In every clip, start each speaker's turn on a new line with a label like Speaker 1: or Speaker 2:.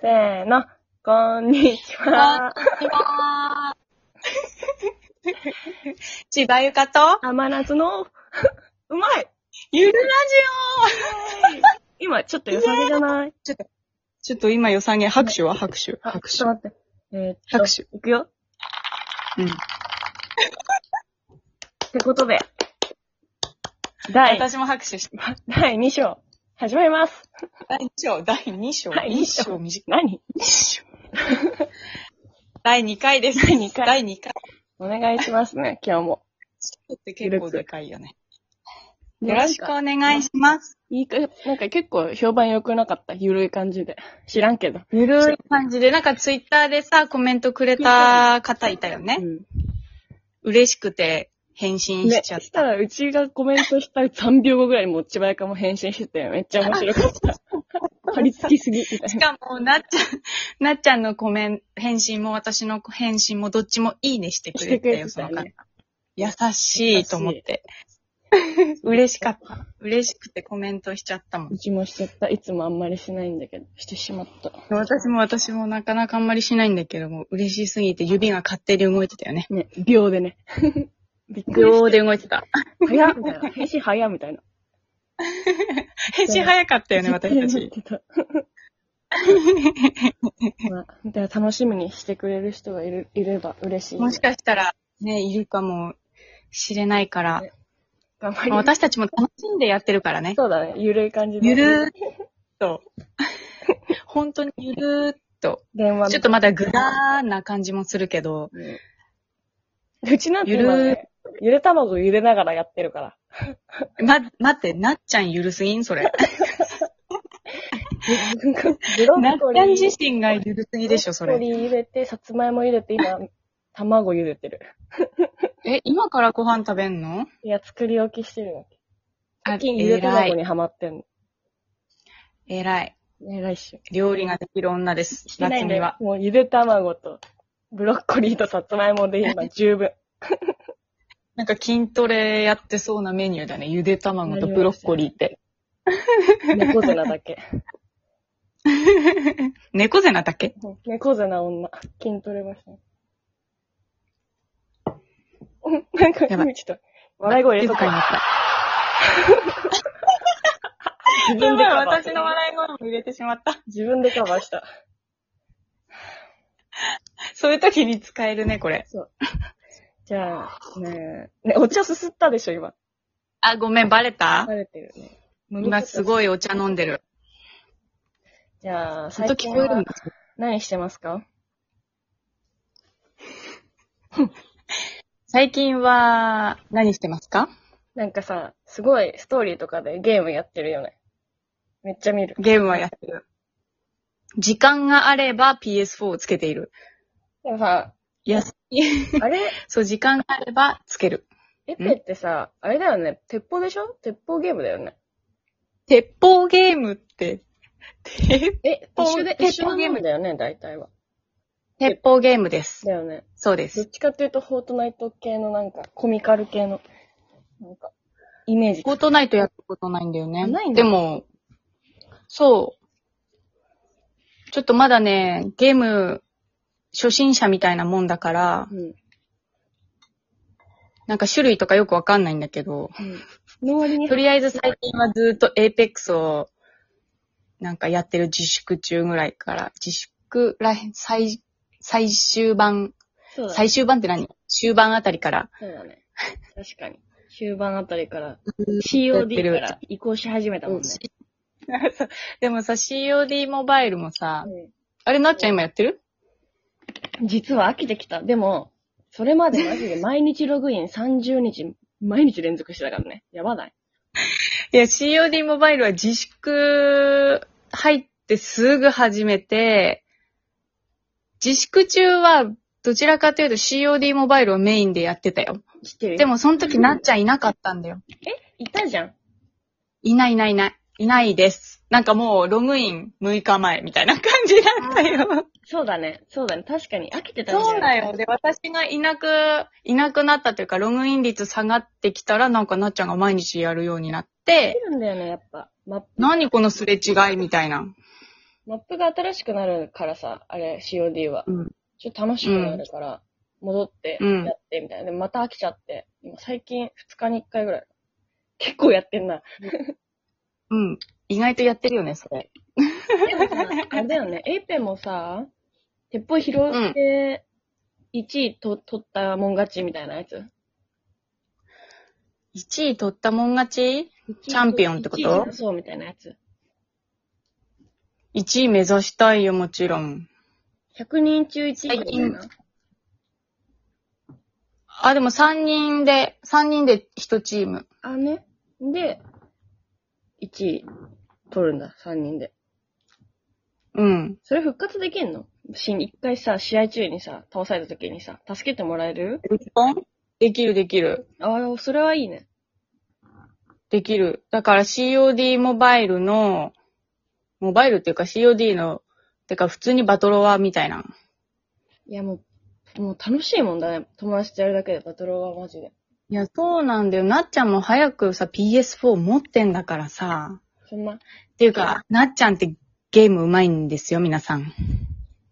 Speaker 1: せーの、こんにちは。
Speaker 2: 千葉ゆかと、
Speaker 1: 甘夏の、 うまい
Speaker 2: ゆるラジ
Speaker 1: 今、ちょっと良さげじゃない
Speaker 2: オちょっと今予算げ、拍手は拍手。
Speaker 1: あ、
Speaker 2: 拍
Speaker 1: ち
Speaker 2: 手
Speaker 1: ょ。っと待って。えー、っと
Speaker 2: 拍手。
Speaker 1: いくよ。
Speaker 2: うん。
Speaker 1: ってことで、第、
Speaker 2: 私も拍手して。
Speaker 1: 第2章、始まります。
Speaker 2: 第2章、第2章。
Speaker 1: 第二章
Speaker 2: 一短
Speaker 1: 何
Speaker 2: い。第2回です。
Speaker 1: 第二回
Speaker 2: 第2回。
Speaker 1: お願いします ね、今日も。
Speaker 2: って結構でかいよね。
Speaker 1: ゆるく
Speaker 2: よろしくお願いします。
Speaker 1: いいか、なんか結構評判良くなかった。ゆるい感じで。知らんけど。
Speaker 2: ゆるい感じで、なんかツイッターでさ、コメントくれた方いたよね
Speaker 1: う。ん。
Speaker 2: 嬉しくて返信し
Speaker 1: ね、
Speaker 2: ちゃ
Speaker 1: そ
Speaker 2: っ
Speaker 1: した
Speaker 2: た。
Speaker 1: ら、うちがコメントした3秒後ぐらいにもう千葉やかも返信してて、めっちゃ面白かった。 張り付きすぎ、みたい
Speaker 2: し
Speaker 1: な。
Speaker 2: かも、なっちゃん、なっちゃんのコメン、返信も私の返信もどっちもいいねしてくれてよ、
Speaker 1: して
Speaker 2: そ
Speaker 1: く
Speaker 2: の
Speaker 1: れてた
Speaker 2: 方
Speaker 1: ね。
Speaker 2: 優しいと思って。嬉しかった。嬉しくてコメントしちゃったもん。
Speaker 1: うちもしちゃった。いつもあんまりしないんだけど、してしまった。
Speaker 2: 私も私もなかなかあんまりしないんだけども、嬉しすぎて指が勝手に動いてたよね。
Speaker 1: ね、秒でね。びっくりし
Speaker 2: 秒で動いてた。
Speaker 1: た。早っみたいな。返信早っみたいな。
Speaker 2: 返信早かったよね、私た
Speaker 1: びっく。
Speaker 2: ち
Speaker 1: りして た。まあ、では楽しみにしてくれる人がいるいれば嬉しい。
Speaker 2: もしかしたら、ね、いるかもしれないから、
Speaker 1: 頑張
Speaker 2: ま
Speaker 1: り
Speaker 2: あ
Speaker 1: ます。
Speaker 2: 私たちも楽しんでやってるからね。
Speaker 1: そうだね。ゆるい感じで。
Speaker 2: ゆるーっと、本当にゆるーっと、
Speaker 1: 電話
Speaker 2: ちょっとまだグラーな感じもするけど、
Speaker 1: うんうちなんて今
Speaker 2: ゆ
Speaker 1: ね、ゆで卵ゆでながらやってる から。
Speaker 2: ま、待って、なっちゃんゆるすぎん それ。
Speaker 1: ブロ
Speaker 2: なっ
Speaker 1: ッコ
Speaker 2: ち
Speaker 1: リ
Speaker 2: ゃん
Speaker 1: ー
Speaker 2: 自。身がゆるすぎでしょ、そ
Speaker 1: ブロ
Speaker 2: れ。
Speaker 1: ッコリー茹でて、さつまいも茹でて、 今、卵茹でてる。
Speaker 2: え、今からご飯食べんの
Speaker 1: いや、作り置きしてるわけ。
Speaker 2: あ
Speaker 1: 最近ゆで
Speaker 2: 偉
Speaker 1: 卵
Speaker 2: い。
Speaker 1: にハマってんの。
Speaker 2: 偉い。
Speaker 1: ね、来週。
Speaker 2: 料理ができる女です。
Speaker 1: してない
Speaker 2: 夏
Speaker 1: んだ
Speaker 2: 美
Speaker 1: よ
Speaker 2: は。。
Speaker 1: もうゆで卵と、ブロッコリーとさつまいもで 今十分。
Speaker 2: なんか筋トレやってそうなメニューだね。ゆで卵とブロッコリーって。
Speaker 1: 猫背なだけ。
Speaker 2: 猫背なだけ
Speaker 1: 猫背な女。筋トレましたね。 うんなんか、
Speaker 2: やばい
Speaker 1: ちょっと、笑い声入れと
Speaker 2: 静か
Speaker 1: く
Speaker 2: に
Speaker 1: わ
Speaker 2: なった。
Speaker 1: 自分でカバー
Speaker 2: 私の笑い声も入れてしまった。
Speaker 1: 自分でカバーした。
Speaker 2: そういう時に使えるね、これ。
Speaker 1: そう。じゃあ、ねえ、ね、お茶すすったでしょ、今。
Speaker 2: あ、ごめん、バレた
Speaker 1: バレてるね。
Speaker 2: 今す
Speaker 1: い。
Speaker 2: ごいお茶飲んでる。
Speaker 1: じゃあ、
Speaker 2: ずっ
Speaker 1: 最
Speaker 2: と
Speaker 1: 近
Speaker 2: 聞こえる
Speaker 1: は
Speaker 2: んだ。
Speaker 1: 何してますか
Speaker 2: 最近は、何してますか
Speaker 1: なんかさ、すごいストーリーとかでゲームやってるよね。めっちゃ見る。
Speaker 2: ゲームはやってる。時間があれば PS4 をつけている。
Speaker 1: でもさ、
Speaker 2: いや、
Speaker 1: あれ、
Speaker 2: そう、時間があればつける。
Speaker 1: エペってさ、あれだよね、鉄砲でしょ鉄砲ゲームだよね。
Speaker 2: 鉄砲ゲームって、鉄
Speaker 1: え、一
Speaker 2: 鉄砲
Speaker 1: 緒で、
Speaker 2: 鉄
Speaker 1: 一
Speaker 2: 砲
Speaker 1: 緒のゲームだよね、大体は。
Speaker 2: 鉄砲ゲームです。
Speaker 1: だよね。
Speaker 2: そうで
Speaker 1: どっ
Speaker 2: す。
Speaker 1: ちかっていうと、フォートナイト系のなんか、コミカル系の、なんか、イメージ。
Speaker 2: フォートナイトやったことないんだよね。
Speaker 1: ないんだ
Speaker 2: でも、そう。ちょっとまだね、ゲーム、初心者みたいなもんだから
Speaker 1: う、ん。
Speaker 2: なんか種類とかよくわかんないんだけど、
Speaker 1: の割に
Speaker 2: と、りあえず最近はずっと APEX を、なんかやってる自粛中ぐらいから、自粛らへん、最、最終版、
Speaker 1: そうだね
Speaker 2: 最終版って何終盤あたりから、
Speaker 1: そうだね。確かに。終盤あたりから、
Speaker 2: やって
Speaker 1: COD
Speaker 2: る
Speaker 1: から移行し始めたもんね。
Speaker 2: でもさ、COD モバイルもさ、
Speaker 1: う
Speaker 2: あれなっちゃん今やってる
Speaker 1: ん実は飽きてきた。でも、それまでマジで毎日ログイン30日、毎日連続してたからね。やばない。
Speaker 2: いや、COD モバイルは自粛入ってすぐ始めて、自粛中はどちらかというと COD モバイルをメインでやってたよ。
Speaker 1: 知ってる
Speaker 2: で、もその時なっちゃんいなかったんだよ。
Speaker 1: いたじゃん。
Speaker 2: いないいないいない。いないです。なんかもうログイン6日前みたいな感じだったよ。
Speaker 1: そうだね。そうだね。確かに飽きてたんだよ
Speaker 2: そうだよ。で、私がいなく、いなくなったというか、ログイン率下がってきたら、なんかなっちゃんが毎日やるようになっ
Speaker 1: 飽き
Speaker 2: て、
Speaker 1: るんだよね、やっぱ。ま、
Speaker 2: 何このすれ違いみたいな。
Speaker 1: マップが新しくなるからさ、あれ、COD は。
Speaker 2: うん。
Speaker 1: ちょっと楽しくなるから、戻って、
Speaker 2: うん
Speaker 1: やって、みたいな。で、また飽きちゃって、今最近2日に1回ぐらい。結構やってんな。
Speaker 2: うん。意外とやってるよね、それ。
Speaker 1: でもさ、あれだよね、エイペンもさ、鉄砲拾って、1位と、取ったもん勝ちみたいなやつ。
Speaker 2: 1位取ったもん勝ちチャンピオンってこと
Speaker 1: 1位そうみたいなやつ。
Speaker 2: ?1 位目指したいよ、もちろん。
Speaker 1: 100人中1位みたいな。
Speaker 2: あ、でも3人で、3人で1チーム。
Speaker 1: あ、ね。で、1位取るんだ、3人で。
Speaker 2: うん。
Speaker 1: それ復活できんのし一回さ、試合中にさ、倒された時にさ、助けてもらえる
Speaker 2: 日本できる、できる。
Speaker 1: ああ、それはいいね。
Speaker 2: できる。だから COD モバイルの、モバイルっていうか COD の、てか普通にバトロワーみたいな。
Speaker 1: いや、もう、もう楽しいもんだね。友達とやるだけでバトルはマジで。
Speaker 2: いや、そうなんだよ。なっちゃんも早くさ、PS4 持ってんだからさ。
Speaker 1: そんな、
Speaker 2: っていうか、なっちゃんってゲーム上手いんですよ、皆さん。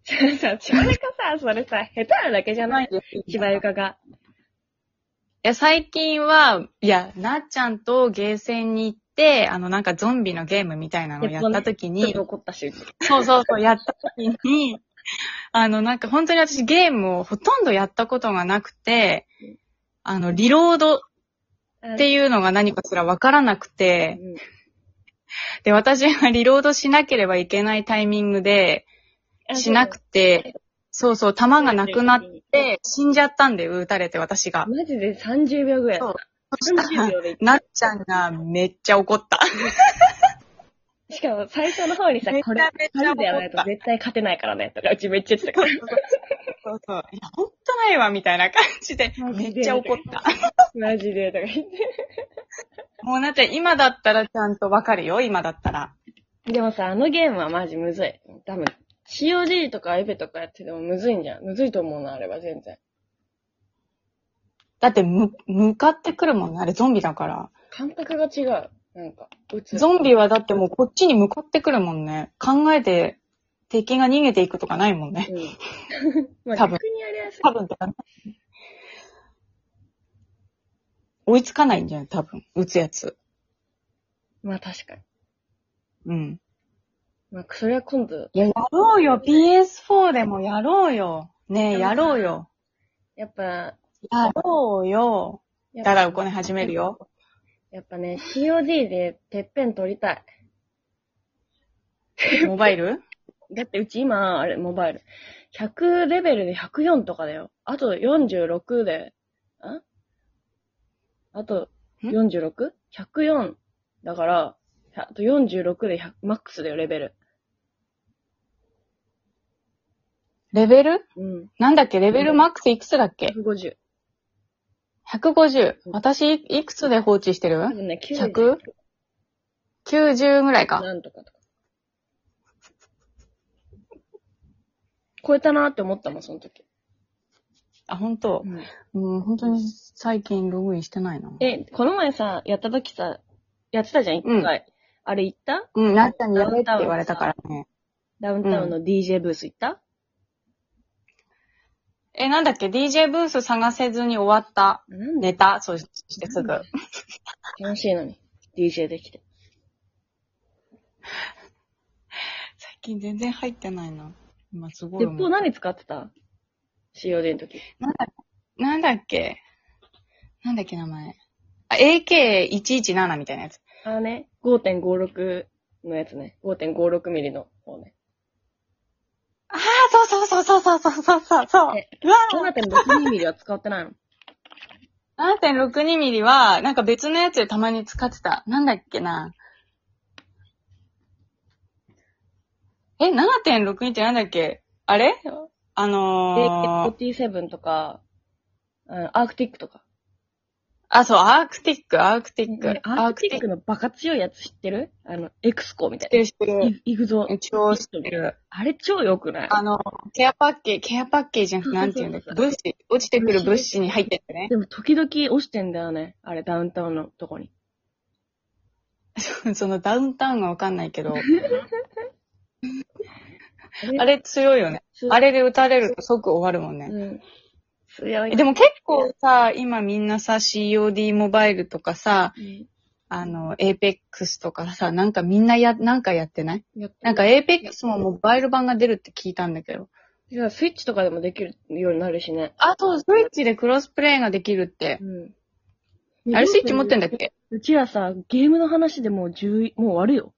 Speaker 1: さ、それかさ、それさ、下手なだけじゃない千葉ゆかが。
Speaker 2: いや、最近は、いや、なっちゃんとゲーセンに行って、あの、なんかゾンビのゲームみたいなのをやった時
Speaker 1: ちょっ
Speaker 2: に
Speaker 1: と、怒ったし。
Speaker 2: そうそうそう、やった時に、あの、なんか本当に私ゲームをほとんどやったことがなくて、あの、リロードっ
Speaker 1: って
Speaker 2: いうのが何かすらわからなくて、
Speaker 1: うん。
Speaker 2: で、私がリロードしなければいけないタイミングで、しなくて、そうそう、弾がなくなって、死んじゃったんで、撃たれて私が。
Speaker 1: マジで30秒ぐらい。
Speaker 2: そうそ
Speaker 1: 30
Speaker 2: したら、
Speaker 1: 秒でいっ
Speaker 2: なっちゃんがめっちゃ怒った。
Speaker 1: しかも最初の方にさ
Speaker 2: め、ちゃ
Speaker 1: こ
Speaker 2: め
Speaker 1: れ
Speaker 2: ちゃ、
Speaker 1: 2人でやらないと絶対勝てないからね、とか、うちめっちゃ言って たから。
Speaker 2: そうそう。いや、ほんとないわ、みたいな感じで、
Speaker 1: マ
Speaker 2: め
Speaker 1: ジで
Speaker 2: っちゃ怒った。
Speaker 1: マジで、とか言って。
Speaker 2: もうなっちゃん、今だったらちゃんとわかるよ、今だったら。
Speaker 1: でもさ、あのゲームはマジむずい。多分、COD とかエベとかやっててもむずいんじゃん。むずいと思うのあれば全然。
Speaker 2: だって、む、向かってくるもんね、あれゾンビだから。
Speaker 1: 感覚が違う。なんか、撃つ。
Speaker 2: ゾンビはだってもうこっちに向かってくるもんね。考えて、敵が逃げていくとかないもんね。
Speaker 1: うん。 まあ、
Speaker 2: 多分
Speaker 1: 逆にあれはさ、
Speaker 2: 多分とかない。追いつかないんじゃない多分。撃つやつ。
Speaker 1: まあ確かに。
Speaker 2: うん。
Speaker 1: まあ、それは今度、
Speaker 2: いや、やろうよ。PS4 でもやろうよ。ねえ、やろうよ。
Speaker 1: やっぱ、
Speaker 2: やろうよ。
Speaker 1: やっぱ
Speaker 2: だだうこね始めるよ。
Speaker 1: やっぱね、COD でてっぺん取りたい。
Speaker 2: モバイル
Speaker 1: だってうち今、あれ、モバイル。100レベルで104とかだよ。あと46で、んあと 46?104 だから、あと46で100マックスだよ、レベル。
Speaker 2: レベル
Speaker 1: うん。
Speaker 2: なんだっけレベルマックスいくつだっけ
Speaker 1: 150。
Speaker 2: 150。私、いくつで放置して
Speaker 1: 多
Speaker 2: る
Speaker 1: 分ね、90
Speaker 2: 100?90 ぐらいか。
Speaker 1: なんとかとか。超えたなって思ったもん、その時。
Speaker 2: あ、本当。うん、本当に最近ログインしてないな。
Speaker 1: え、この前さ、やった時さ、やってたじゃん、一回。あれ行った
Speaker 2: うん、なっちゃんにやれって言われたからね。
Speaker 1: ダウンタウンの DJ ブース行った、
Speaker 2: え、なんだっけ ?DJ ブース探せずに終わった。
Speaker 1: なんで
Speaker 2: ネタそしてすぐ。
Speaker 1: 楽しいのに、DJ できて。
Speaker 2: 最近全然入ってないな。今すごい
Speaker 1: 鉄
Speaker 2: 思う。
Speaker 1: 砲何使ってた ?COD の時。
Speaker 2: なんだっけなんだっけ名前。あ、AK117 みたいなやつ。
Speaker 1: あのね、5.56のやつね。5.56ミリの方ね。
Speaker 2: ああ、そうそうそうそうそうそうそうそう。
Speaker 1: え
Speaker 2: うわー
Speaker 1: 7.62ミリは使ってないの。
Speaker 2: 7.62ミリは、なんか別のやつでたまに使ってた。なんだっけな。え、7.62ってなんだっけあれあのー、
Speaker 1: AK47 とか、うんアークティックとか。
Speaker 2: あ、そう、アークティック、アークティック
Speaker 1: ね。アークティック
Speaker 2: ク
Speaker 1: のバカ強いやつ知ってるあの、エクスコみた
Speaker 2: 知って
Speaker 1: い
Speaker 2: る、知って
Speaker 1: な。
Speaker 2: る。
Speaker 1: イイグゾ
Speaker 2: 超知ってる。
Speaker 1: あれ超良くない
Speaker 2: あの、ケアパッケージ、ケアパッケージじゃなくて、なんていうんだっけ
Speaker 1: そうそ
Speaker 2: 物資、落ちてくる物資に入ってるね。
Speaker 1: でも時々落ちてんだよね。あれ、ダウンタウンのとこに。
Speaker 2: そのダウンタウンがわかんないけど。あれ強いよね。
Speaker 1: 強い
Speaker 2: あれで打たれると即終わるもんね。
Speaker 1: うん。強い。
Speaker 2: でも結構さ、今みんなさ、COD モバイルとかさ、
Speaker 1: うん、
Speaker 2: あの、APEX とかさ、なんかみんなや、なんかやってない
Speaker 1: やっぱ
Speaker 2: なんか APEX もモバイル版が出るって聞いたんだけど。
Speaker 1: いやスイッチとかでもできるようになるしね。
Speaker 2: あ、そう、スイッチでクロスプレイができるって。
Speaker 1: うん。
Speaker 2: あれスイッチ持ってんだっけ
Speaker 1: うちらさ、ゲームの話でもう10、もう終わるよ。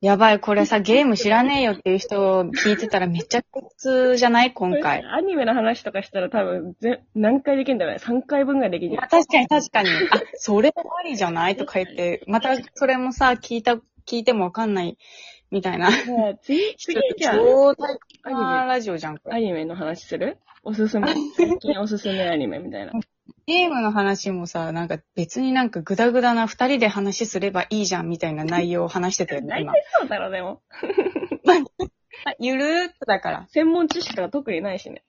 Speaker 2: やばい、これさ、ゲーム知らねえよっていう人聞いてたらめっちゃ苦痛じゃない今回。
Speaker 1: アニメの話とかしたら多分ぜ、何回できるんだろうね。3回分ができる
Speaker 2: いや確かに確かに。あ、それもありじゃないとか言って、またそれもさ、聞いた、聞いてもわかんない、みたいな。
Speaker 1: ねえ次、次じゃあ
Speaker 2: 超大
Speaker 1: アニメ
Speaker 2: 変なラジオじゃん、こ
Speaker 1: ア
Speaker 2: れ。
Speaker 1: ニメの話するおすす め。最近おすすめアニメみたいな。
Speaker 2: ゲームの話もさ、なんか別になんかグダグダな二人で話すればいいじゃん、みたいな内容を話してたよね、
Speaker 1: 大
Speaker 2: 今
Speaker 1: 体。そうだろ、でも。
Speaker 2: ゆるーっとだから。
Speaker 1: 専門知識が特にないしね。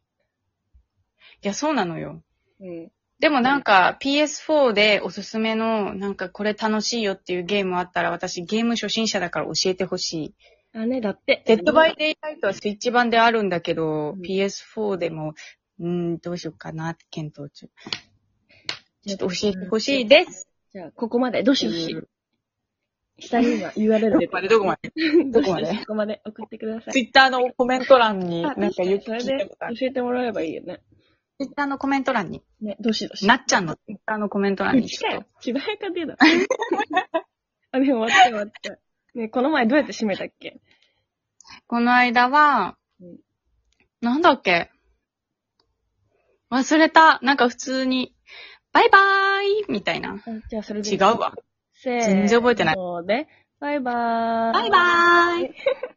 Speaker 2: いや、そうなのよ。
Speaker 1: うん。
Speaker 2: でもなんか PS4 でおすすめのなんかこれ楽しいよっていうゲームあったら私ゲーム初心者だから教えてほしい。
Speaker 1: あ、ね、だって。
Speaker 2: デッドバイデイライトはスイッチ版であるんだけど、
Speaker 1: うん
Speaker 2: PS4 でも、うーん、どうしようかなって検討中。ちょっと教えてほしいです。
Speaker 1: じゃあ、ここまで、どしどし。下に今 URL 出てる。
Speaker 2: どこま でどこまで
Speaker 1: どしどしここまで送ってください。
Speaker 2: Twitter のコメント欄に、
Speaker 1: あ
Speaker 2: なんか言
Speaker 1: 確
Speaker 2: って
Speaker 1: にそれで教えてもらえばいいよね。
Speaker 2: Twitter のコメント欄に、
Speaker 1: ね、どしどし。
Speaker 2: なっちゃんの Twitter のコメント欄
Speaker 1: う
Speaker 2: に
Speaker 1: ち
Speaker 2: ち
Speaker 1: か
Speaker 2: ょっ
Speaker 1: よ
Speaker 2: と。。
Speaker 1: ちばやかでだ。 あ、でも終わった終わった。ね、この前どうやって締めたっけ
Speaker 2: この間は
Speaker 1: うん、
Speaker 2: なんだっけ忘れた。なんか普通に、バイバーイみたいな。
Speaker 1: あじゃあそれで。
Speaker 2: 違う。わ。
Speaker 1: せーの。
Speaker 2: 全然覚えてない
Speaker 1: で、バイバーイ。
Speaker 2: バイバーイ